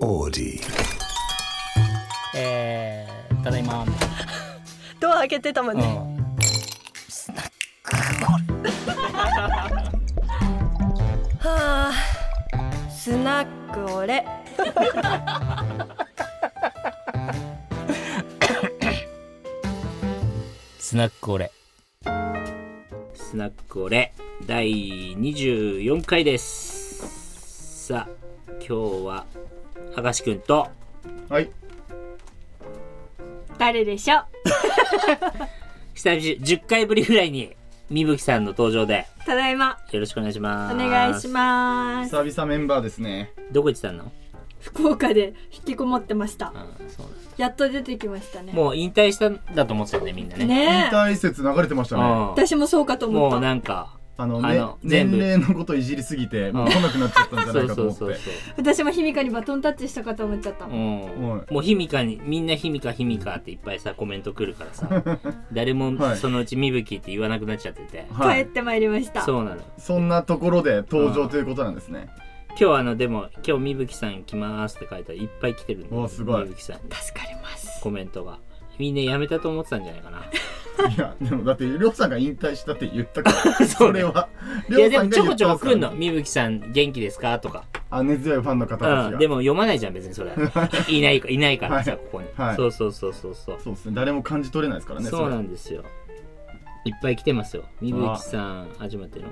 オーディえー、ただいま、ドア開けてたもんうね、ん、はあスナックオレスナックオレスナックオレ第24回ですさあ今日は明石くんとはい。誰でしょ久々10回ぶりぐらいにみぶきさんの登場でただいまよろしくお願いしますお願いします久々メンバーですね。すどこ行ってたの福岡で引きこもってましたあそうなんやっと出てきましたねもう引退したんだと思ってたよねみんなねねえ大説流れてましたうね。ん私もそうかと思っもたうなんかあのあねの、全部年齢のこといじりすぎて、もう来なくなっちゃったんじゃそないうかそうと思って。そう私もひみかにバトンタッチしたかと思っちゃった、そううんはいもうひみかにみんなひみかひみかっていっぱいさコメント来るからさ誰はもいそのうちみぶきって言わなくなっちゃってては帰いっ。てまいりましたそうなのそんなところで登場ということなんですね。今日あのでも今日みぶきさん来ますって書いたらいっぱい来てるんおで、ーすごいみぶきさんに助かりますコメントがみんなやめたと思ってたんじゃないか ないや、でもだって、りょうさんが引退したって言ったから、 そうそねれは。いやでもちょりょこうちさょこんが言った来んらのみぶきさん元気ですかとか、あ、根強いファンの方たちが。うん、でも読まないじゃん別にそれいないかいないからさはいここに、はいそうそうそうそうそうそうですね。誰も感じ取れないですからね。そうれなんですよいっぱい来てますよみぶきさん始まってるの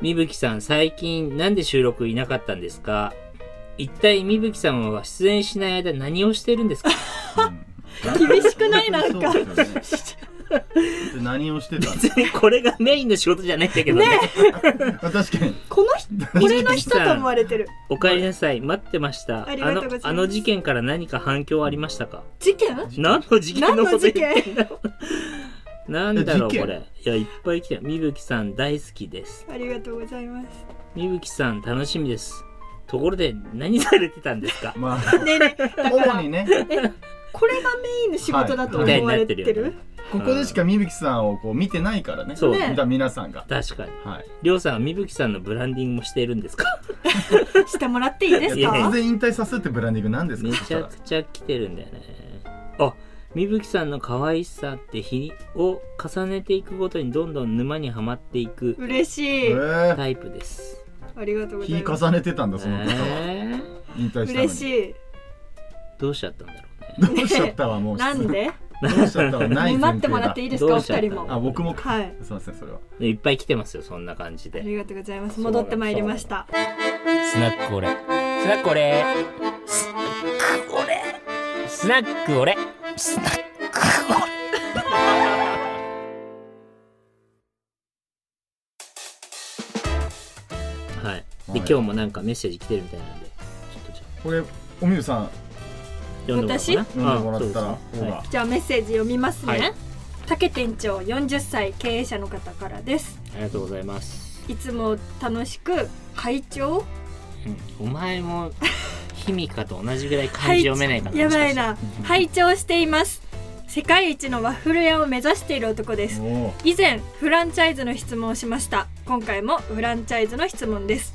みぶきさん最近なんで収録いなかったんですか一体みぶきさんは出演しない間何をしてるんです か厳しくないなんか本当にそうですよねで何をしてたんです別にこれがメインの仕事じゃないんだけどねか確かに。この人こ れの人と思われてるおかえりなさい待ってましたありがとうございますのあの事件から何か反響ありましたか事件何の事件何のことの事言って件なんだろう事件これいやいっぱい来てるみぶきさん大好きですありがとうございますみぶきさん楽しみですところで何されてたんです かまあ、ねえねえ主にね、これがメインの仕事だとみたい思にわなっれててるる,、よねここでしかみぶきさんをこう見てないからね。そうね見た皆さんが。確かにはい。りょうさんはみぶきさんのブランディングもしているんですかしてもらっていいですいやいや突か然引退させるってブランディングなんですかめちゃくちゃ来てるんだよねあみぶきさんの可愛さって日を重ねていくごとにどんどん沼にはまっていく嬉しえい、ー、タイプです、ありがとうございます日重ねてたんだその方はえー引退したのに嬉しいどうしちゃったんだろうね。どうしちゃったわも うなんでどうしちゃったわない前待っ提てもらだっていいですかどおうしちゃっ二た人もあ僕もかはいすいませんそれはいっぱい来てますよ、そんな感じあで。りがとうございます戻ってまいりましたスナックオレスナックオレスナックオレスナックオレ はい。で、はい今日もなんかメッセージ来てるみたいなんで、ちょっとじゃあこれおみゆさん読んでもらおうかな。私読んでもらったらあ方そうですねはがいじゃあメッセージ読みますね、はい竹店長40歳経営者の方からですありがとうございます。いつも楽しく会長うん、お前も、ひみかと同じぐらい漢字読めないかな。やもしかばしいたらな。拝聴しています世界一のワッフル屋を目指している男ですお以前フランチャイズの質問をしました今回もフランチャイズの質問です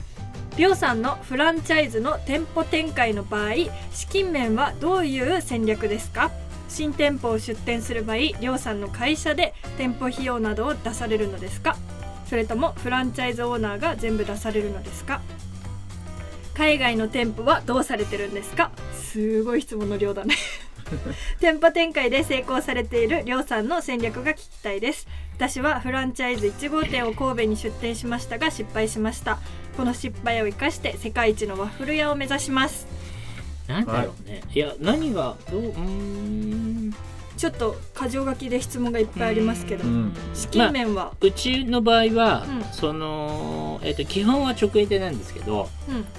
ビオさんのフランチャイズの店舗展開の場合資金面はどういう戦略ですか新店舗を出店する場合りょうさんの会社で店舗費用などを出されるのですかそれともフランチャイズオーナーが全部出されるのですか海外の店舗はどうされてるんですかすごい質問の量だね 店舗展開で成功されているりょうさんの戦略が聞きたいです私はフランチャイズ1号店を神戸に出店しましたが失敗しましたこの失敗を生かして世界一のワッフル屋を目指しますなんだろうね。いや、何が、どう、うーん。ちょっと箇条書きで質問がいっぱいありますけどーうん資金面は、うちの場合は、うんその、えっ、と、基本は直営店なんですけど、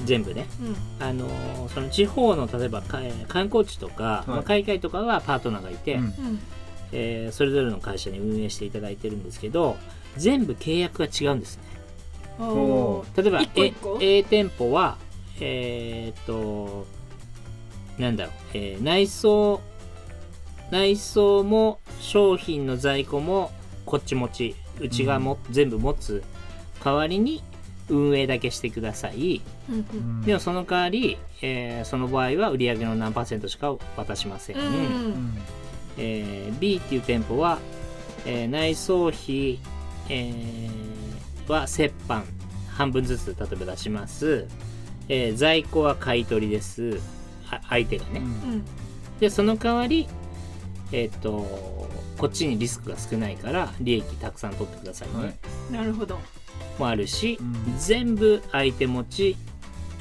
全部ね。うんうんあのーその地方の例えばかえー観光地とか、いまあ海外とかはパートナーがいて、うんうんえーそれぞれの会社に運営していただいてるんですけど全部契約が違うんですねおー例えば一個一個え A 店舗はえーっとなんだろう、えー内装内装も商品の在庫もこっち持ちうちがも、全部持つ代わりに運営だけしてくださいうんううんんでもその代わり、えーその場合は売上の何パーセントしか渡しません、うんうんえー B っていう店舗は、えー内装費、えーは折半半分ずつ例えば出します、えー在庫は買い取りですあ相手がね、うんうんでその代わりえっ、とこっちにリスクが少ないから利益たくさん取ってくださいね、はいなるほどもあるし、うん全部相手持ち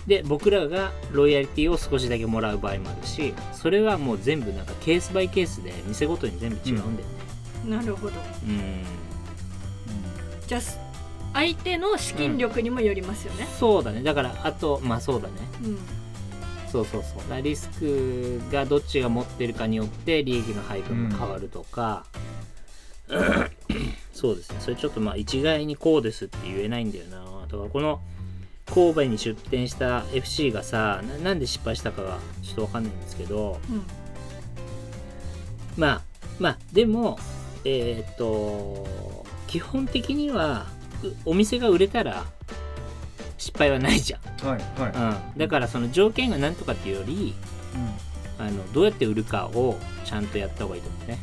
で僕らがロイヤリティを少しだけもらう場合もあるしそれはもう全部なんかケースバイケースで店ごとに全部違うんだよねなるほどうんじゃあ相手の資金力にもよりますよね、そうだねだからあとまあそうだねうんそうそうそうだからリスクがどっちが持ってるかによって利益の配分も変わるとか、そうですねそれちょっとまあ一概にこうですって言えないんだよなだからこの神戸に出店した FC がさななんで失敗したかがちょっとわかんないんですけどうんまあまあでもえーっと基本的にはうお店が売れたら失敗はないじゃんはいはい、うん、だからその条件が何とかっていうよりあのどうやって売るかをちゃんとやった方がいいと思うね、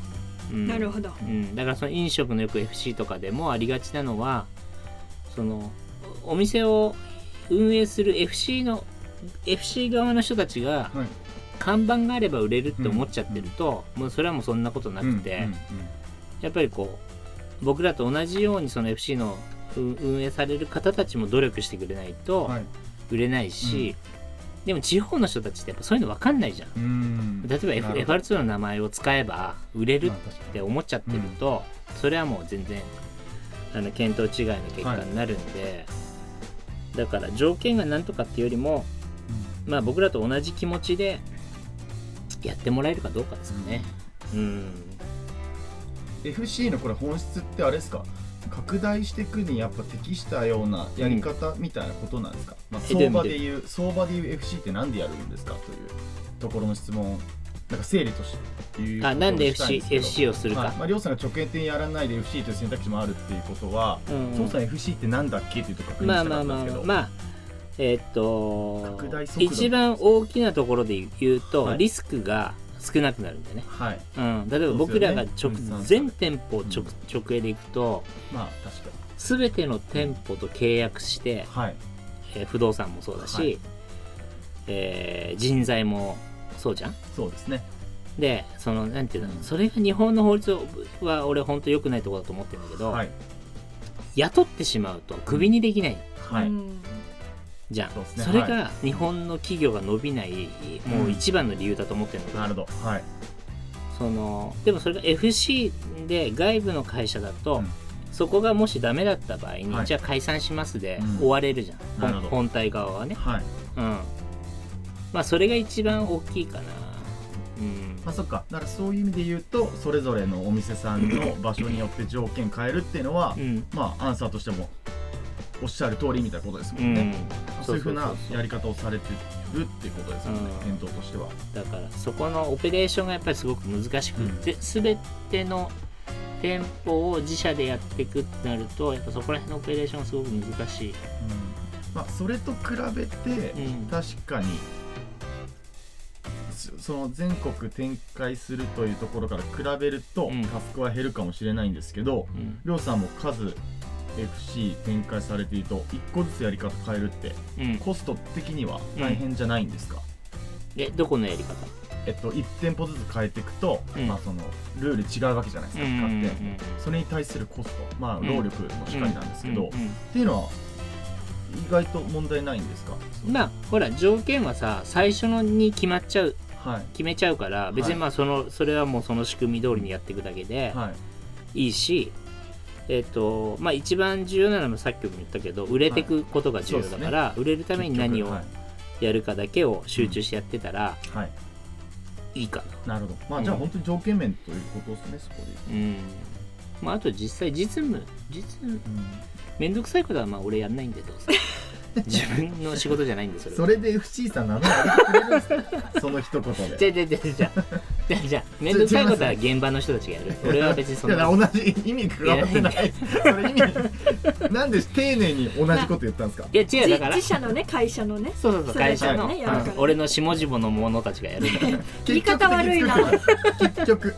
うん、なるほどうん、だからその飲食のよく FC とかでもありがちなのはそのお店を運営する FC の FC 側の人たちがうんはい看板があれば売れるって思っちゃってると、もうそれはもうそんなことなくて、うんうんやっぱりこう僕らと同じようにその FC の運運営される方たちも努力してくれないと、うんはい売れないし、でも地方の人たちってやっぱそういうの分かんないじゃんうん例えば、F、なるほど FR2 の名前を使えば売れるまあっ確かてに思っちゃってると、それはもう全然あの見当違いの結果になるんで、だから条件が何とかっていうよりも、まあ、僕らと同じ気持ちでやってもらえるかどうかですかね。うん、 FC のこれ本質ってあれですか拡大していくにやっぱ適したようなやり方みたいなことなんですか、まあ、えで相も場で言う相場で言う FC ってなんでやるんですかというところの質問なんか整理としていうあなんで FC, ことをしたいですけ FC をすどるか、はいまあ、りょうさんが直営店やらないで FC という選択肢もあるっていうことは、うんそもそも FC ってなんだっけっていうとこ確認まあしまたかあったんまあですけまあまどあえーっと拡大速度一番大きなところで言うと、はいリスクが少なくなるんだよね、はいうん、例えば僕らがそう直、ですよね全店舗を直うん直営で行くとまあ確かに全ての店舗と契約して、はいえー不動産もそうだし、はいえー人材もそうじゃんそうですねでそのなんていうのそれが日本の法律は俺本当良くないところだと思ってるんだけど、はい雇ってしまうとクビにできないはい、うんじゃんそ,、そうですれねが日本の企業が伸びないもう一番の理由だと思ってるんだけどなるほどはいそのでもそれが FC で外部の会社だと、うんそこがもしダメだった場合に、はいじゃあ解散しますで、うん終われるじゃんなる本ほど本体側はねはいうんまあそれが一番大きいかなうんまあそっかだからそういう意味で言うとそれぞれのお店さんの場所によって条件変えるっていうのは、うんまあアンサーとしてもおっしゃる通りみたいなことですもうんね、んそういうふそうなうそうそうやり方をされてるっていうことですよねうん検討としてはだからそこのオペレーションがやっぱりすごく難しくて、全ての店舗を自社でやっていくってなるとやっぱそこら辺のオペレーションがすごく難しい、まあそれと比べてうん確かにそその全国展開するというところから比べるとうんタスクは減るかもしれないんですけどうんりょうさんも数 FC 展開されていると1個ずつやり方変えるってうん、コスト的には大変じゃないんですか、でどこのやり方えっと、1店舗ずつ変えていくと、うんまあ、そのルール違うわけじゃないですか、使って、それに対するコスト、まあ、うん労力もしっかりなんですけど、うっんうんていうのは意外と問題ないんですか、まあほら条件はさ最初のに決まっちゃうはい決めちゃうから別にはいまあその、それはもうその仕組み通りにやっていくだけではいいいし、えっ、とまあ一番重要なのもさっきも言ったけど売れていくことが重要だから、売れるために何をはい、やるかだけを集中してやってたらはいいいかな、なるほど、まうあ、んじゃあ本当に条件面ということですねそこで、うんまああと実際実務実務めんどくさいことはまあ俺やんないんでどうせ自分の仕事じゃないんでそれは それで FC さん名乗ってくれるんですかその一言でじゃじゃじゃじゃじゃあじゃあ面倒くさいことは現場の人たちがやる 俺は別にそんいやな同じ意味加わってないそれ意味なんで丁寧に同じこと言ったんですかいや違うだから自社のね会社のねそうそうそうそ会れ社がの、ねやるからうん俺の下々の者たちがやるんだか言い方悪いな結局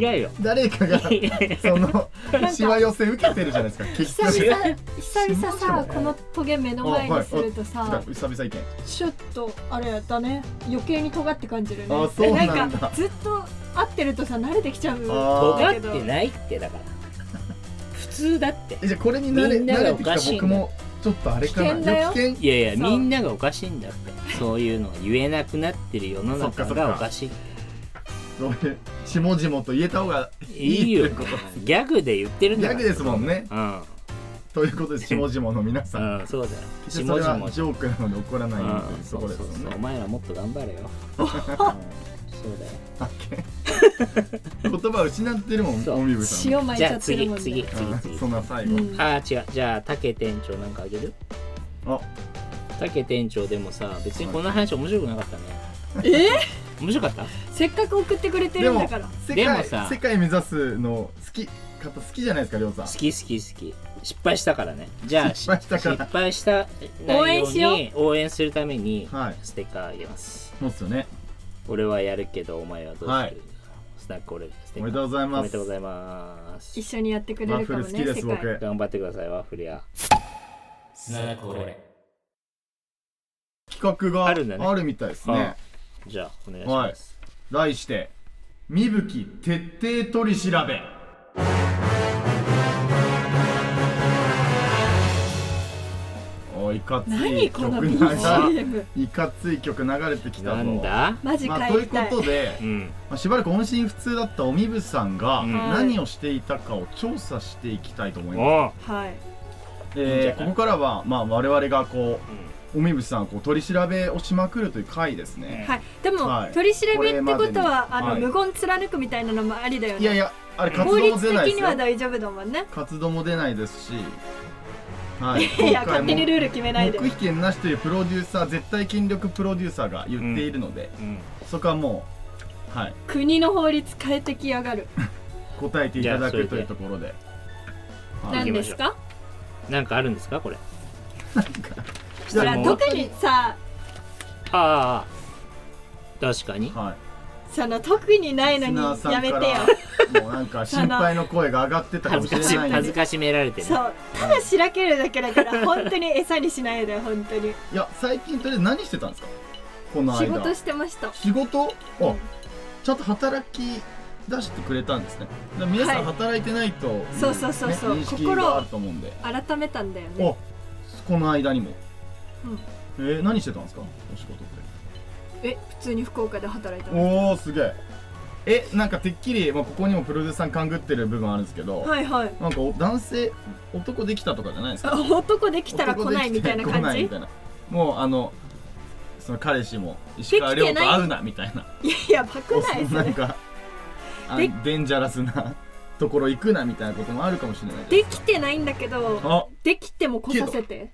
ら違うよ誰かがそのしわ寄せ受けてるじゃないですか結久々局違う久々しまさしょうこのトゲ目の前にするとさ久々意見ちょっとあれやったね余計に尖って感じるねあそうなんだなんかずっと会ってるとさ慣れてきちゃうあ尖ーだっけどてないってだから普通だってえじゃあこれに慣れみんな慣がれおてきたかしいんだ僕もちょっとあれかな危険だよいや危険いやいやそうみんながおかしいんだってそういうのが言えなくなってる世のそっ中かそっかがおかしいそういうしもじもと言えた方がいいよいいってこギャグで言ってるんだ逆からですもんねうんということでしもじもの皆さんうんそうだよ決し下てそれは々ジョークなので怒らないよううにんとそいううところでそうすそうおもんね前らもっと頑張れよ そうだよ言葉失ってるもんそう大見部さんも塩巻いじちゃゃあって次るもんね次次うん次そんな最う後んあー違うじゃあ竹店長なんかあげるあ竹店長でもさ別にこの話面白くなかったねえ面白かったせっかく送ってくれてでるんだもから世でも界さ世界目指すの好き方好きじゃないですかりょうさん好き好き好き失敗したからねじゃあ失敗したから失敗した応援しよう内容に応援するためにはいステッカーあげますそうっすよね俺はやるけどお前はどうする、はいスナック俺ステッカーおめでとうございますおめでとうございます一緒にやってくれワッるフかもルね好きです世界僕頑張ってくださいワッフルやすなこれ企画があるんだねあるみたいですねじゃあお願いします、題して「みぶき徹底取り調べ」おいいかつい何この曲流れ BGM いかつい曲流れてきたぞなんだマジまあ、帰といりうこたいとで、うんまあ、しばらく音信不通だったおみぶさんがうん何をしていたかを調査していきたいと思います、おうはいいいんじゃでなこいこからは、まあ、我々がこうおみぶさんをこう取り調べをしまくるという回ですね、はいでもはい取り調べってことはこれまでにあのはい無言貫くみたいなのもありだよいやいねやあれ活効動も率出ないで的すによは大丈夫だもんね活動も出ないですし、はい、 いや今回勝も手にルール決めないで黙秘権なしというプロデューサー絶対権力プロデューサーが言っているので、うんそこはもう、はい、国の法律変えてきやがる答えていただじゃあそれでくというところではい何ですかなんかあるんですかこれじほゃあらもう特にさああ確かにはいその特にないのリスにナーさやんかめてよらもうなんか心配の声が上がってたかも恥しずかしれ ないん恥ずでかしめられてるそうただしらけるだけだ から本当に餌にしないでよ本当にいや最近とりあえず何してたんですかこの仕間事してました仕事うあんちゃんと働き出してくれたんですねだから皆さはんい働いてないと、そうそうそうそうね認識心をがあると思うんで改めたんだよねおこの間にも、えー何してたんですかお仕事でえ普通に福岡で働いてまおおすげええなんかてっきり、まあ、ここにもプロデューサー勘ぐってる部分あるんですけど、すはいはいなんかお男性男できたとかじゃないですかあ男できたら来ないみたいな男感じできて来ないみたいなもうあのその彼氏も石川で遼きてとない会うなみたいないやパクないそなんれかあでデンジャラスなところ行くなみたいなこともあるかもしれないできてないんだけどあできても来させて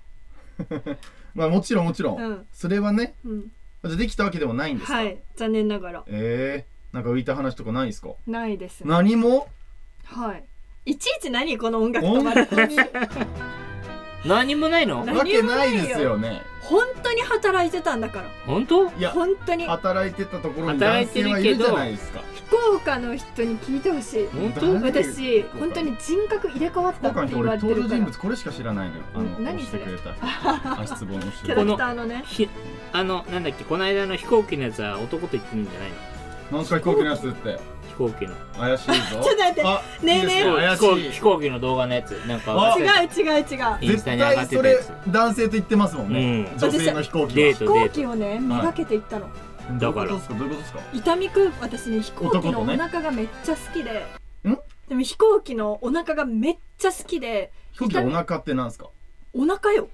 まあもちろんもちろん、うんそれはねうんじゃあできたわけでもないんですか、はい残念ながらえー、なんか浮いた話とかないですかないですね何もはいいちいち何この音楽止本まる当に何もないのなわけないですよね本当に働いてたんだか本当いらや本当に働いてたところに働男いて性るはいけるどじゃないですか福岡の人に聞いてほしい本当誰私本当に人格入れ替わっ福たっ岡のて人言わ俺れて登る場か人ら物これしか知らないのよあの何押してそくれれた 人足つぼの人キャラクターのねひあのなんだっけこの間の飛行機のやつは男と言ってるんじゃないのなんすか飛行機のやつって飛行機の怪しいぞちょっと待ってあねえいいですねえか飛怪行し機い飛行機の動画のやつなんかあ忘違れたう違う違うイン絶スタに上が対ってそたやれつ男性と言ってますもんね、う女性の飛行機デーは飛ト行デ機ーをねめがけていったの、どういうだからことですかどういうことですか伊丹君私ね飛行機の男おとね腹がめっちゃ好きで、んでも飛行機のお腹がめっちゃ好きで飛行機のお腹ってなんですかお腹よ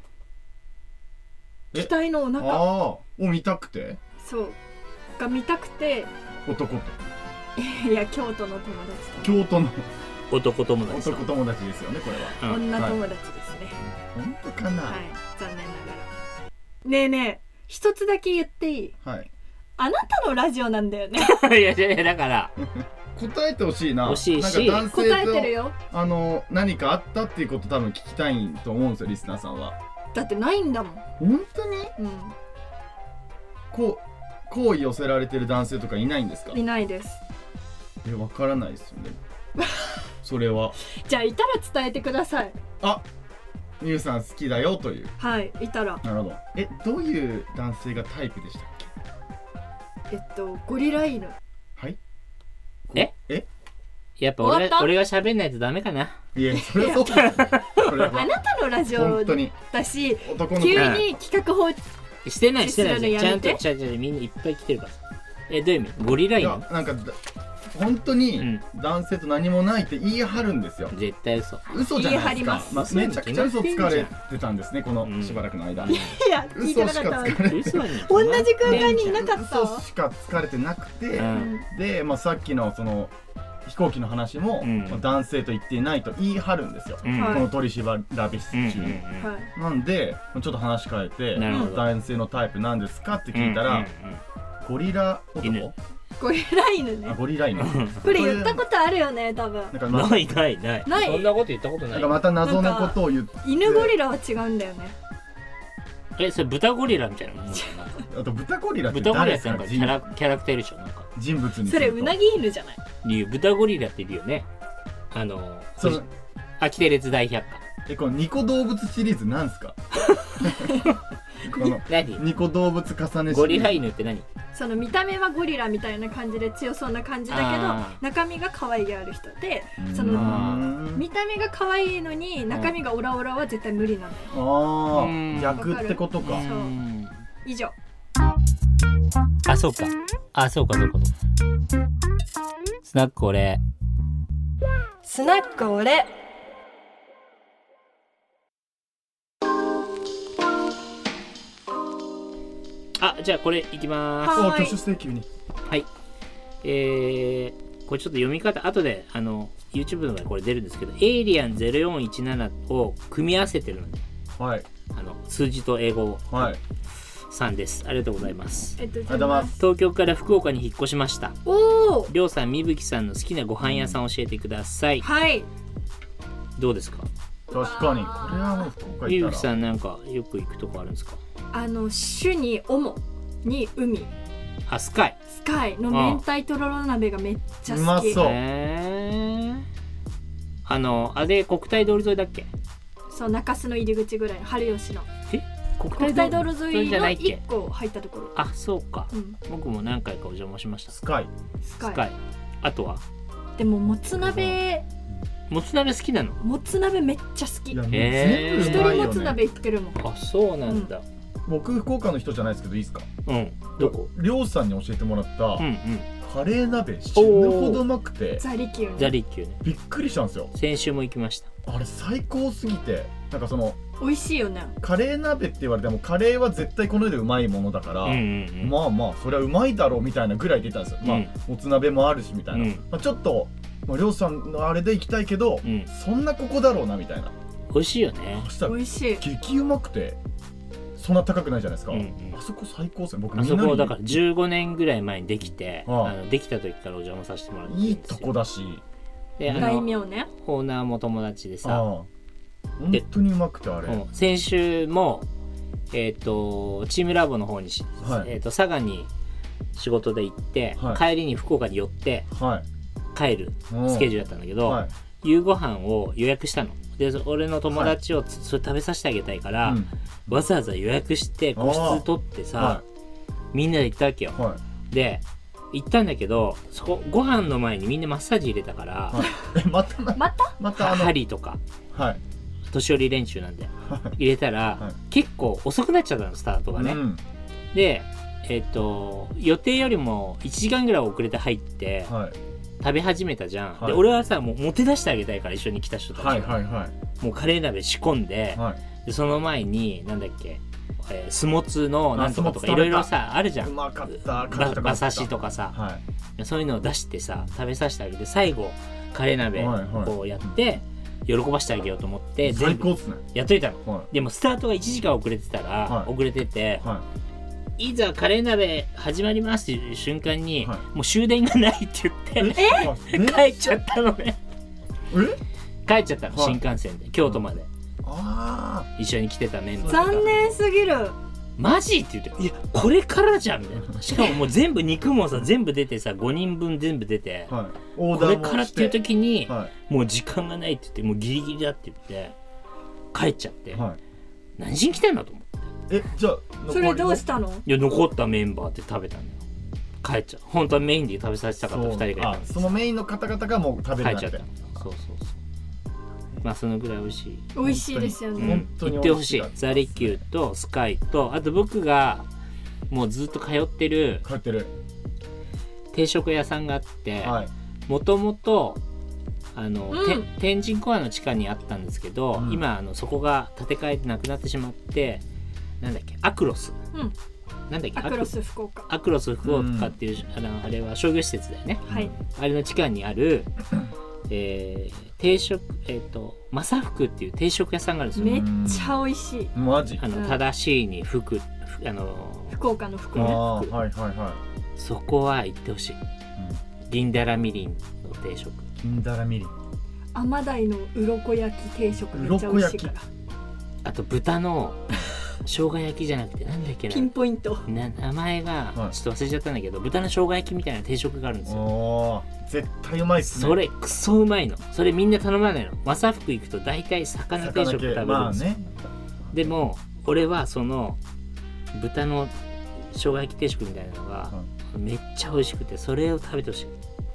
え機体のおあ腹あを見たくてそうが見たくて男といや京都の友達京都の男友達男友達ですよねこれうはとん女友達ですね本当かなはい、残念ながらねえねえ一つだけ言っていいはい、ああなたのラジオなんだよね いやいやいやだから答えてほしいな。欲しいしなんか 答男えてる性とよあの何かあったっていうこと多分聞きたいと思うんですよリスナーさんは。だってないんだもん、本当にうこう好意寄せられてる男性とかいないんですかん、い。ないですえわからないですよね。それはじゃあいたら伝えてくださいあミュウさん好きだよという。はいいたらなるほど。えどういう男性がタイプでしたっけ？えっとゴリラ犬はい。ええやっぱ終わ俺った俺が喋んないとダメかないやそれはそうですよそれあはなたのラジオ本当にだし男の子急に企画法してないしてないするのちやゃめんとてちゃんとみんないっぱい来てるからえどういう意味ゴリラいや犬なんかだ本当に男性と何もないって言い張るんですよ、絶対嘘嘘じゃ言いないです張かりままあ嘘にめ決ちまゃってくんちじゃゃん嘘つかれてたんですねこうんのしばらくの間、いや聞いて嘘なしかかっつたわかれて嘘に 同じ空間にいなかった嘘しかつかれてなくて、うんで、まあ、さっきのその飛行機の話も、うんまあ男性と言っていないと言い張るんですよ、うんはいこの取り調べう室中んうんに、うんはいなんでちょっと話変えてなるほど男性のタイプなんですかって聞いたら、ゴリラ男犬ゴリラ犬あねゴリラ犬うんうんうんこれ言ったことあるよね多分なんかまたないないないないそんなこと言ったことなないんかまた謎のことを言って犬ゴリラは違うんだよねえそれ豚ゴリラみたいなもんなんかあと豚ゴリラって豚ゴリラ誰でっすてなかんかキ人ャラキャラクターいるでしょなんか人物にそれうなぎぎ犬じゃないいう豚ゴリラっているよねあのその秋テレツ大百科えこのニコ動物シリーズなん すかこの何ニコ動物重ねシリーズゴリラ犬って何その見た目はゴリラみたいな感じで強そうな感じだけどあー中身が可愛げある人でそうのーん見た目が可愛いのに中身がオラオラは絶対無理なのよあうんー逆ってことかわかるうん以上あそうかあそうかそうかそうかスナック俺スナック俺あじゃあこれいきまおはーい挙手請求にすはいえー、これちょっと読み方後であの YouTube の方でこれ出るんですけど「エイリアン0417」を組み合わせてるのではいあの数字と英語はいさんですありがとうございますえっとありがとうございます東京から福岡に引っ越しましたおおりょうさんみぶきさんの好きなご飯屋さん教えてくださいはいどうですか確かにこれはもう福岡みぶ行っきたさらんなんかよく行くとこあるんですかあの主におもに海あスカイスカイの明太とろろ鍋がめっちゃうま好きそうへーあのあれ国体通り沿いだっけそう中洲の入り口ぐらいの春吉の国国体道路沿いじゃのないっ一け個入ったところあそうかうん僕も何回かお邪魔しましたススカイスカイカイあとはでももつ鍋もつ鍋好きなのもつ鍋めっちゃ好いきやもうへー一全部うま人いもよつね鍋行ってるもんあそうなんだ僕福岡の人じゃないですけどいいですかうん、どこりょうさんに教えてもらったうんうんカレー鍋死ぬほどうまくてザリキューザねリッキューねびっくりしたんですよ先週も行きましたあれ最高すぎてなんかその美味しいよねカレー鍋って言われてもカレーは絶対この世でうまいものだから、うんうんうんまあまあそれはうまいだろうみたいなぐらい出たんですよ、まあうんもつ鍋もあるしみたいな、うんまあ、ちょっと、まあ、りょうさんのあれで行きたいけど、うんそんなここだろうなみたいな美味しいよねそしたら美味しい激うまくてそんな高くないじゃないですか、うんうんあそこ最高ですね僕みあんなそにこだから15年ぐらい前にできて、あああのできた時からお邪魔させてもらってるんですいよいとこだしであ大の名ねオーナーも友達でああさ、本当にうまくてあれ、うん先週も、えっとチームラボの方にし、はいえっと佐賀に仕事で行って、は帰りに福岡に寄ってはい帰るうんスケジュールだったんだけど、はい夕ご飯を予約したの。でそ俺の友達をつ、それ食べさせてあげたいから、うんわざわざ予約して個室取ってさ、はみんなで行ったわけよ。いはいで行ったんだけどそこご飯の前にみんなマッサージ入れたから、はいえまたなまたまたあのはい針とかはい年寄り練習なんで入れたら、はい結構遅くなっちゃったのスタートがね、うんでえっ、と予定よりも1時間ぐらい遅れて入って、はい食べ始めたじゃん、はいで俺はさもうもて出してあげたいから一緒に来た人たちが、はいはいはもうカレー鍋仕込んで,、いはでその前になんだっけえースモツのなんとかとかあスモツ食べたいろいろさあるじゃいうんまかったババサシとかかさ、はいそういうのを出してさ食べさせてあげて最後カレー鍋はいはいこうやって、喜ばしてあげようと思って最全部高っすねやっといたのはでもスタートが1時間遅れてたら、はい遅れててい、はいざカレー鍋始まりますっていう瞬間に、はいもう終電がないって言ってえ帰っちゃったのねえ帰っちゃったのはい新幹線で京都までああ一緒に来てたメンバーとか残念すぎるマジって言って「いやこれからじゃん」みたいなしかももう全部肉もさ全部出てさ5人分全部出て、はいオーこダれーもからっしていう時に、はもう時間がないって言ってもうギリギリだって言って帰っちゃって、いはい何しに来たんだと思ってえじゃあそれどうしたたのいや残ったメンバーって食べたんだよ帰っちゃう本当はメインで食べさせたかった2人がいたんですそのメインの方々がもう食べ帰れっなちゃくったてのそうそうそうまあそのぐらい美味しい美味しいですようね、ん本当に行ってほしい美味しいザリキューとスカイとあと僕がもうずっと通ってる帰ってる定食屋さんがあってはいもともとあの、うんて天神コアの地下にあったんですけど、うん今あのそこが建て替えてなくなってしまってなんだっけアクロス、うんなんだっけアクロス福岡アクロス福岡っていう、あのあれは商業施設だよねはいあれの地下にあ る、えー定食えっ、とマサフクっていう定食屋さんがあるんですよ、めっちゃ美味しいマジあのうん正しいに服ふあの福岡のあ福ね岡あーはいはいはそこは行ってほしいいうん銀だらみりんの定食金だらみりん甘鯛の鱗焼き定食めっちゃ美味しいからあと豚の生姜焼きじゃなくてなんだっけなピンポイントな名前がはいちょっと忘れちゃったんだけど、豚の生姜焼きみたいな定食があるんですよおー絶対うまいっすねそれクソうまいのそれみんな頼まないのマサフク行くと大体魚定魚食食系べるんですよ、まあねでも俺はその豚の生姜焼き定食みたいなのがめっちゃ美味しくてそれを食べてほしい、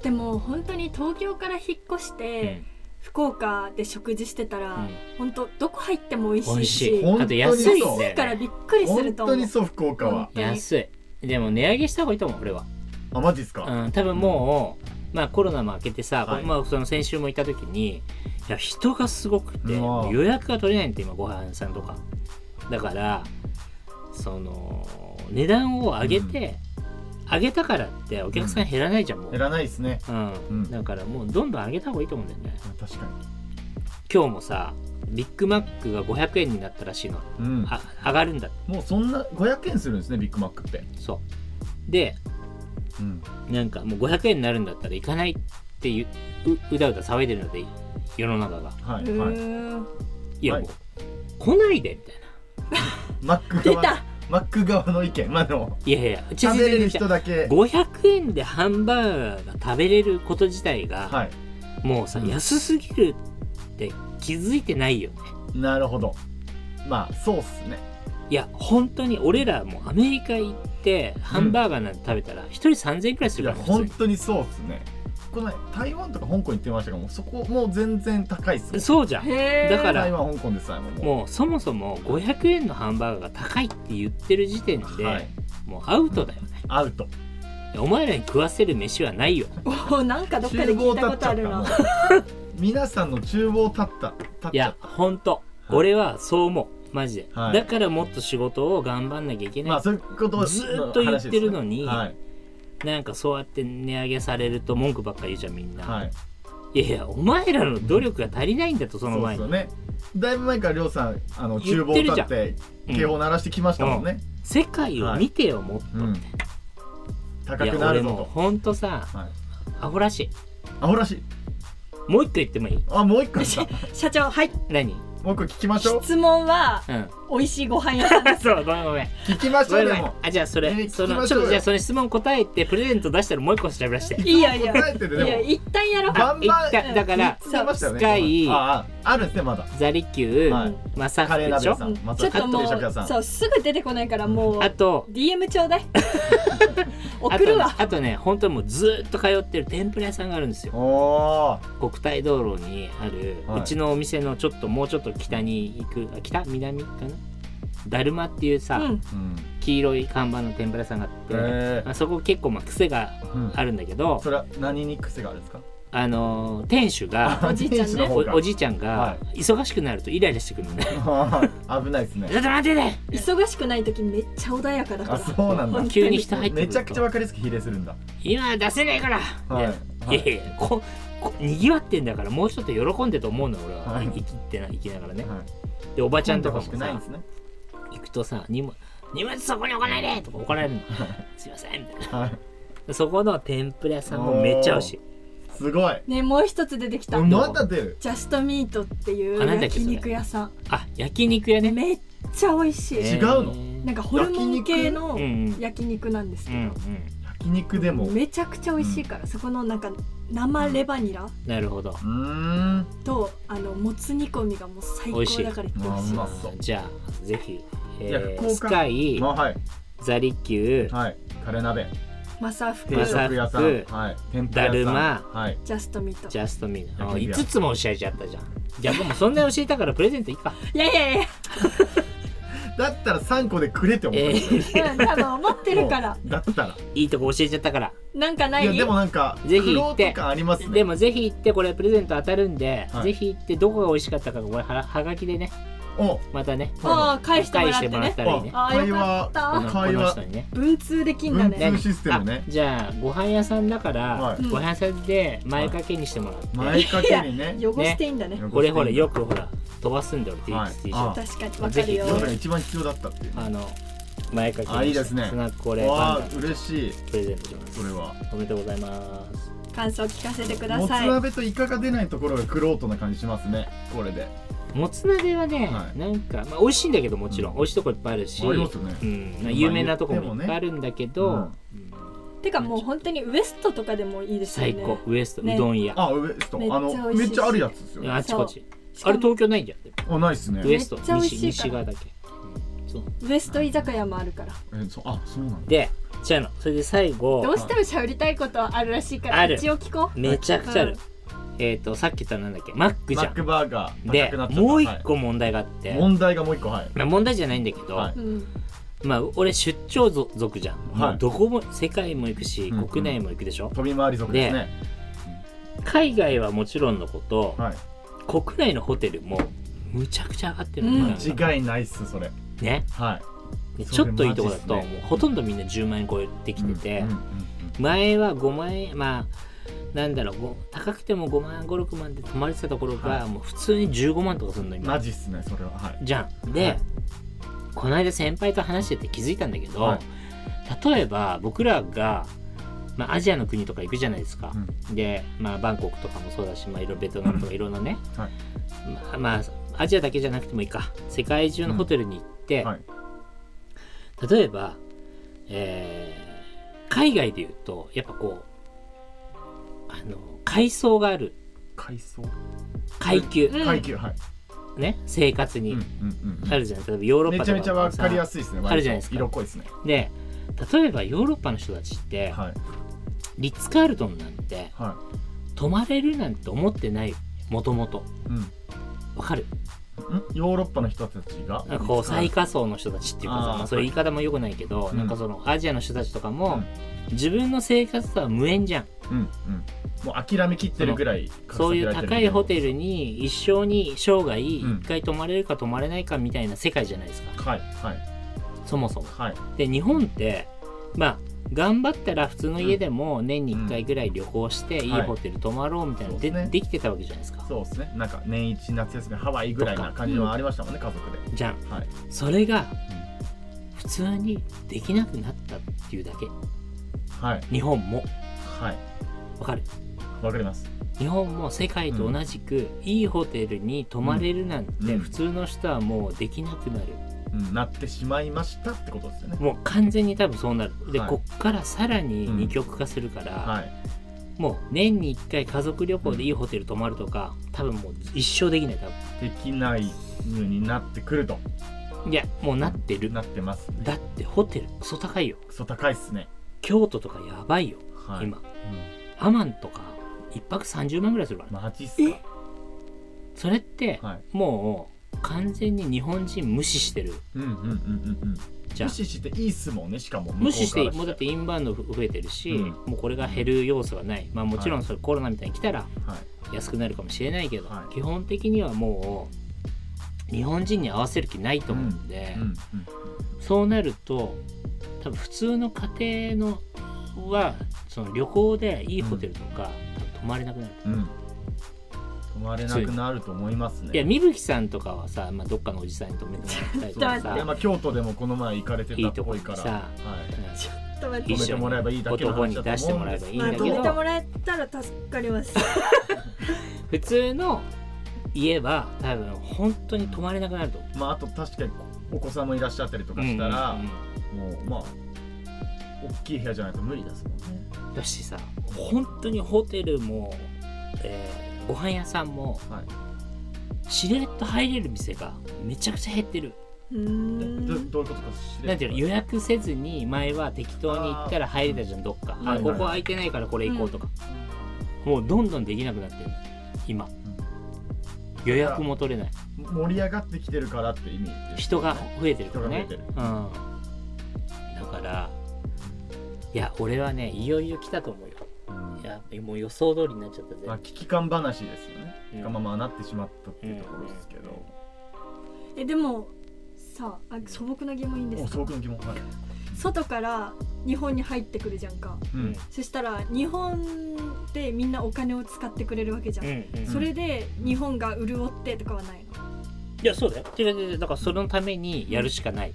でも本当に東京から引っ越して、福岡で食事してたら、うん本当どこ入っても美味美しい味ししいあと安いん本当にそうだだかよ、らね、びっくりする本と当思にうそう福岡は本当に安いでも値上げした方がいいと思う俺は、あマジっすかうん、多分もう、まあ、コロナも明けてさ、はいまあ、その先週も行った時にいや人がすごくてうわ予約が取れないんで今ご飯屋さんとかだからその値段を上げて、上げたからってお客さん減らないじゃん、もう減らないですねう、うんんだからもうどんどん上げた方がいいと思うんだよね確か今日もさビッグマックが500円になったらしいのにうんあ上がるんだってもうそんな500円するんですねビッグマックってそうでうんなんかもう500円になるんだったら行かないっていうううだうだ騒いでるので世の中がはういはいーんいやはいもう、来ないでみたいなマック出側たマック側の意見まあ でもいやいやいやうち食べれ全る然人だけ500円でハンバーガーが食べれること自体が、はもうさ、うん安すぎるって気づいてないよねいなるほどまあそうっすねいや本当に俺らもうアメリカ行ってハンバーガーなんて食べたら一人3000円くらいすいるやから、普通本に当にそうっすねこの前台湾とか香港行ってましたけどもうそこもう全然高いっすもんそうじゃんへえだから台湾香港でさえもももうそもそも500円のハンバーガーが高いって言ってる時点うで、はいもうアウトだよね、アウトお前らに食わせる飯はないよおーなんかどっかで厨聞房い立たこっちとゃあったるもうな 皆さんの厨房立った立っいちゃやっ本当、はい俺はそう思うマジで、はいだからもっと仕事を頑張んなきゃいけなたい、まあそういうことのずーっと言ってるのに話ですなんかそうやって値上げされると文句ばっか言うじゃんみんな、ねはいはいい、やいやお前らの努力が足りないんだとそのそうで前すによねだいぶ前から亮さんあの言厨っ房て立るじゃっんてうん警報鳴らしてきましたもんね世界を見てよもっと、うん高いやくな俺るもうぞほんとさとはいアホらしいあほらしいもう一個言ってもいいあもう一個あった 社長はい何もう一個聞きま しょう質問はうん 美味しいご飯屋さんですそうごめんごめん聞きましごめょうんでごめんもあじゃあそえれーそ聞きのまちしょょっうよとじゃあその質問答えてプレゼント出したらもう一個調べらしていやいや答えてるいでやも一旦やろうバあン一バン旦だから聞きましたよねスカイあああるんですねまだザリキュー、はいマサカフレクーでし鍋屋ょさんまちょたっとも定食屋うさんそうすぐ出てこないからもうあと DM ちょうだいあ送とるねわあとね本当にもうずーっと通ってる天ぷら屋さんがあるんですよおー国体道路にある、はいうちのお店のちょっともうちょっと北に行くあ北南かなだるまっていうさ、うんうん黄色い看板の天ぷら屋さんがあって、えまあ、そこ結構まあ癖がーうんあるんだけど、それは何に癖があるんですかあのー店主がおじいちゃんね 店主のお方がおじいちゃんがは忙しくなるとイライラしてくるのね 危ないですちょねっと待ってね忙しくない時めっちゃ穏やかだかあらそうなん本だ当に急に人入ってくるめとちゃくちゃ分かりやすく比例するんだ今出せないから、はいねはいいやいやここにぎわってんだからもうちょっと喜んでと思うの俺は、はい生きてな生きながらねはいでおばちゃんとかも混んでほしくさないんですね行くとさ荷物荷物そこに置かないでとか怒られるのすいませんみたいはいなそこの天ぷら屋さんもめっちゃ美味しいすごいねもう一つ出てきた、うんまた出るジャストミートっていあうなんだっけ焼肉屋さんあ焼肉屋ねめっちゃ美味しい、違うのなんかホルモン系のうんうん焼肉なんですけうど、んうん焼肉でもうめちゃくちゃ美味しいから、そこのなんか生レバニラなるほどーんはとあのもつ煮込みがもう最高だから行ってほし美味しいいまあそうじゃあぜひ、えじゃあー福岡スカイあはいザリキューはいカレー鍋マサフク定マサ食屋さんマサフはい天ぷら屋さんだるまはいジャストミートジャストミー焼ト肉屋5つも教えちゃったじゃんじゃあでもそんな教えたからプレゼントいい かいやいやいやだったら3個でくれって思っえたーうん多分思ってるからだったらいいとこ教えちゃったからなんかないいやでもなんかぜひ行って玄人感ありますねでもぜひ行ってこれプレゼント当たるんで、はいぜひ行ってどこが美味しかったかこれははがきでねおまたねああ返してもらって返ねたらいいねあー会よか話ったこあのこ会の話人にね文通できんだね、文通システムねあじゃあご飯屋さんだから、はいご飯屋さんで前掛けにしてもらって、前掛けにね汚していいんだねこれほらよくくほら飛ばすんだよ TXT はいあ確かにわかるよぜひが一番必要だったっていうねあの前掛けあいにいしてですねスナックこれわパあンダ嬉しいプレゼントしまそれすはおめでとうございます感想聞かせてくだもつさい鍋とイカが出ないところがクロートな感じしますねこれでもつ鍋はね、はいなんか、まあ、美味しいんだけどもちろん、う美味しいとこいっぱいあるしありますよねうんまあ有名なとこも言っいてもねっぱいあるんだけど、うんうんてかもう本当にウエストとかでもいいですよね最高、ウエスト、ねうどん屋ああウエストめっちゃあの美味しいしめっちゃあるやつですよねっちこっちしあかれも東京ないんじゃんでもあないっすねウエストめっちゃ美味西しい西から側だけ、うんそうウエスト居酒屋もあるからえそうあそうなんだで違うのそれで最後どうしてもしゃべりたいことあるらしいからある一応聞こうめちゃくちゃあるうん、えっ、とさっき言ったなんだっけマックじマゃックんバーガー高でくなっちゃったもう一はい個問題があって、問題がもう一個はいまあ、問題じゃないんだけど、はいうん、まあ俺出張族じゃん、はいもうどこも世界も行くしうんうん国内も行くでしょ、飛び回り族ですね海外はもちろんのこと、はい国内のホテルもむちゃくちゃ上がってるの、うんなんか間違いないっすそれねはいでちそょれっといいとこだと、マジっすもうほとんどみんな10万円超えてきてて、うんうんうん前は5万円まあなんだろうご高くても5万56万で泊まれてたところが、はもう普通に15万とかするのうん今マジっすねそれははいじゃんで、はいこの間先輩と話してて気づいたんだけど、はい例えば僕らが、まあ、アジアの国とか行くじゃないですか、で、まあ、バンコクとかもそうだし、まあ、いろいろベトナムとかいろんなね、はいまあまあアジアだけじゃなくてもいいか世界中のホテルに行って、うんはい例えば、えー海外で言うとやっぱこうあの階層がある海藻階級、うん階級はいね生活にあるじゃない、ん、例えばヨーロッめパちとゃかめちゃわかりやすすいですねあるじゃないですか色濃いですねいで例えばヨーロッパの人たちって、はいリッツ・カールトンなんては泊まれるなんて思ってないもともというんわかるんヨーロッパの人たちがなんかこう最下層の人たちっていうかさあーまあ、そういう言い方も良くないけど、うんなんかそのアジアの人たちとかも、自分の生活とは無縁じゃんうんうんもう諦めきってるぐらいそういう高いホテルに一生に生涯うん一回泊まれるか泊まれないかみたいな世界じゃないですか、はいはいそもそも。はいで日本ってまあ頑張ったら普通の家でも年に1回ぐらい旅行して、いいホテル泊まろうみたいなので,、はいそうですねできてたわけじゃないですか。そうですねなんか年一夏休みハワイぐらいな感じはありましたもんね家族でじゃんはいそれが普通にできなくなったっていうだけはい日本もはいわかるわかります日本も世界と同じく、いいホテルに泊まれるなんて、うん普通の人はもうできなくなる、うんなってしまいましたってことですよねもう完全に多分そうなるで、はいこっからさらにうん二極化するから、はいもう年に1回家族旅行でいいホテル泊まるとか多分もう一生できない多できないのになってくると分いやもうなってる、なってますねだってホテルクソ高いよクソ高いっすね京都とかやばいよ、はい今うアマンとか1泊30万ぐらいするから、んマジっすそれって、かはいもう完全に日本人無視してるうんうんうんうんうんじゃん無視していいっすもんねしかも向こうから無視してもうだってインバウンド増えてるし、うんもうこれが減る要素がないまあもちろんそれコロナみたいに来たらはい安くなるかもしれないけど、はい基本的にはもう日本人に合わせる気ないと思うんで、うんそうなると多分普通の家庭のはその旅行でいいホテルとか、多分泊まれなくなるうんうん泊まれなくなると思いますねいや、みぶきさんとかはさ、まあ、どっかのおじさんに止めてもらったりといやかまさあ、京都でもこの前行かれてたっぽいからいいとこにさはい、ちょっと待止っめてもらえばいいだけの男話にだ出しとて思もうんらえでばすいけいんて、どまあ、だけど止めてもらえたら助かります普通の家は多分本当に泊まれなくなると思うまあ、あと確かにお子さんもいらっしゃったりとかしたら、うんうんもうまあ大きい部屋じゃないと無理ですもんねうんだしさ本当にホテルも、えーご飯屋さんも、はいしれっと入れる店がめちゃくちゃ減ってるうえーどんどういうことか知れなんていうの予約せずに前は適当に行ったら入れたじゃんどっかうんあはいはいここ空いてないからこれ行こうとか、もうどんどんできなくなってる今予約も取れない盛り上がってきてるからって意味ですね人が増えてるからね人が増えてるうん、だからいや俺はねいよいよ来たと思うようんいやもう予想通りになっちゃったぜ、まあ、危機感話ですよね、うんがまあまあなってしまったっていうところですけど、えでもさあ素朴な疑問いいんでおすすごかくの疑問はい、外から日本に入ってくるじゃんかうんそしたら日本でみんなお金を使ってくれるわけじゃん、うんうんそれで日本が潤ってとかはないのいやそうだよ違う違う違うだからそのためにやるしかない、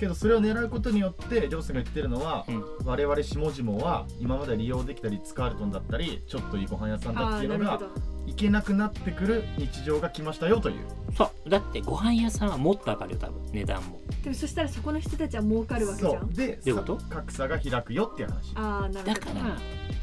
けどそれを狙うことによってりょうさんが言ってるのは、うん我々下々は今まで利用できたリッツ・カールトンだったりちょっといいご飯屋さんだあっあてーいうなのるほがど行けなくなってくる日常が来ましたよというそうだってご飯屋さんはもっと上がるよ多分値段もでもそしたらそこの人たちは儲かるわけじゃそうんどでういうことさ格差が開くよっていう話ああなるだほどから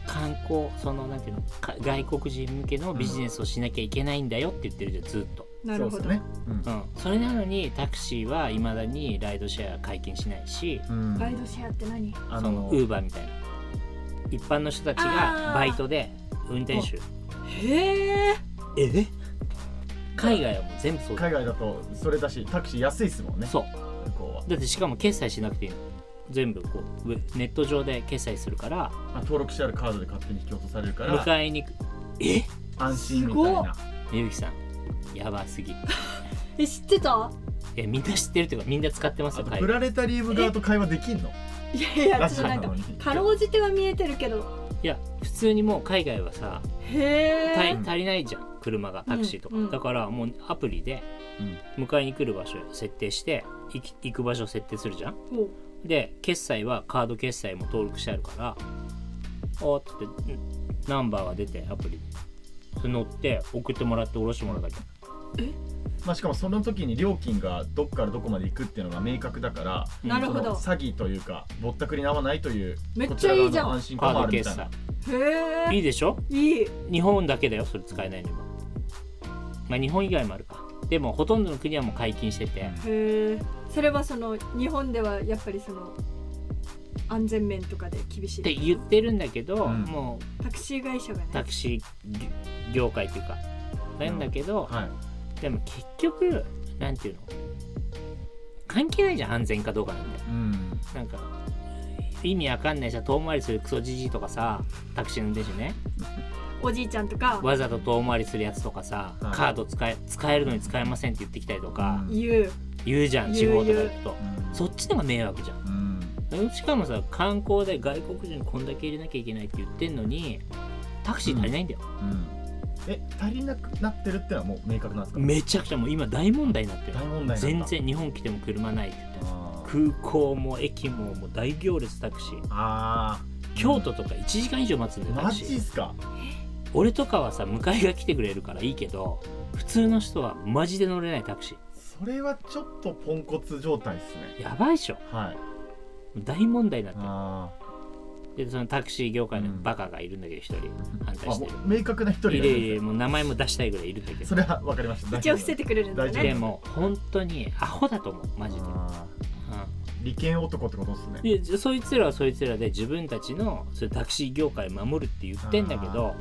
観光そのなんていうのか外国人向けのビジネスをしなきゃいけないんだよって言ってるじゃんずっと、なるほそうど、ですね、うん、それなのにタクシーはいまだにライドシェア解禁しないしうんガイドシェアって何あそののウーバーみたいな一般の人たちがあーバイトで運転手へええで海外はもう全部そうだ海外だとそれだしタクシー安いですもんねそう向こうはだってしかも決済しなくていいの全部こうウェネット上で決済するからあ登録してあるカードで勝手に引き落とされるから迎えに行くえ安心みたいすごっなみゆきさんやばすぎえ知ってたえみんな知ってるっていうかみんな使ってますあよと海プ外ラネタリウム側と会話できんのいやいやちょっとなんラジオかのにかろうじては見えてるけどいや普通にもう海外はさへたえういん足りないじゃん車がタクシーとか、うんうんだからもうアプリでうん迎えに来る場所設定して行き行く場所設定するじゃんほうで決済はカード決済も登録してあるからおーっつってうんナンバーが出てアプリで乗って送ってもらって下ろしてもらうだけまあ、しかもその時に料金がどっからどこまで行くっていうのが明確だからなるほどその詐欺というかぼったくりに合わないというめっこちちゃらい側いじゃんのへ安心カ感もーあドるみ決たいな済いいえでしょいい日本だけだよそれ使えないの今まあ日本以外もあるかでもほとんどの国はもう解禁してて、へえそれはその日本ではやっぱりその安全面とかで厳しってい言ってるんだけど、うんもタクシー会社がうタねクシー業界というかなんだけど、はいでも結局なんていうの関係ないじゃん安全かどうかなんてうんなんか意味わかんないじゃん遠回りするクソじじいとかさタクシーの運転手ねおじいちゃんとかわざと遠回りするやつとかさ、はいカード使え使えるのに使えませんって言ってきたりとか、うん言う言うじゃん地方とか行くとうんそっちの方が迷惑じゃんうんしかもさ観光で外国人こんだけ入れなきゃいけないって言ってんのにタクシー足りないんだよ、うんえ足りなくなってるってのはもう明確なんですかめちゃくちゃもう今大問題になってる大問題なんだ全然日本来ても車ないって言ってあー空港も駅ももう大行列タクシーあ京都とか1時間以上待つんだーよタマクシジっーすか俺とかはさ迎えが来てくれるからいいけど普通の人はマジで乗れないタクシそれはちょっとポンコツ状態ですねーやばいっしょはい大問題になってあるでそのタクシー業界のバカがいるんだけど一人ー反対してるあもう明確な一人がいいるるいるんでもう名前も出したいぐらいいるんだけすどそれは分かりました一応伏せてくれるんだ大丈夫でねも本当にアホだと思うマジで、あー利権男ってことですねうん、でそいつらはそいつらで自分たちのそういうタクシー業界守るって言ってんだけど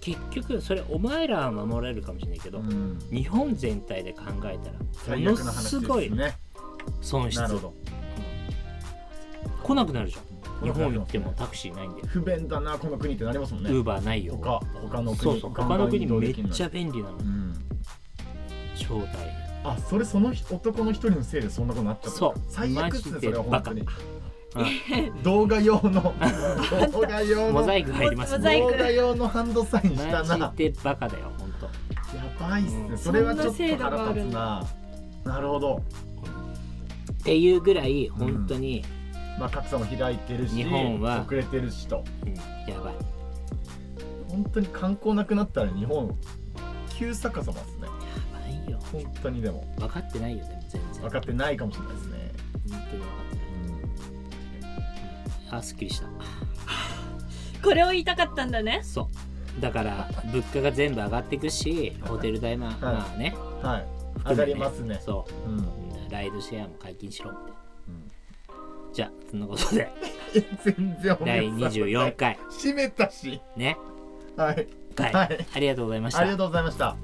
結局それお前らは守られるかもしれないけど、うん日本全体で考えたらも最の悪な話ですすねごい損失なるほど来なくなるじゃん日本行ってもこの国はタクシーないんだよ、不便だなこの国ってなりますもんウねーバーないよ他他の国そうそう他の国めっちゃ、便利なのうん、超大変あそれその人男の一人のせいでそんなことになっちゃったそう最悪っすねマジでそれは本当にバカ動画用の動画用モのザイク入りますモザイねク動画用のハンドサインしたマなジでバカだよ本当やばいっすうねんそれはちょっそんな制と度が腹ある立んつだななるほどっていうぐらい本当に、まあ格差も開いてるし日本は遅れてるしとうんやばい本当に観光なくなったら日本急逆さまですねやばいよ本当にでも分かってないよでも全然分かってないかもしれないですね本当に分かってないあすっきりしたこれを言いたかったんだねそうだから物価が全部上がっていくしホテル代も、まあねうんはい含上めがりますねそうんううんライドシェアも解禁しろみたいなうんじゃあそんなことで全然お第客さん24回閉めたしねはい回、はいありがとうございましたありがとうございました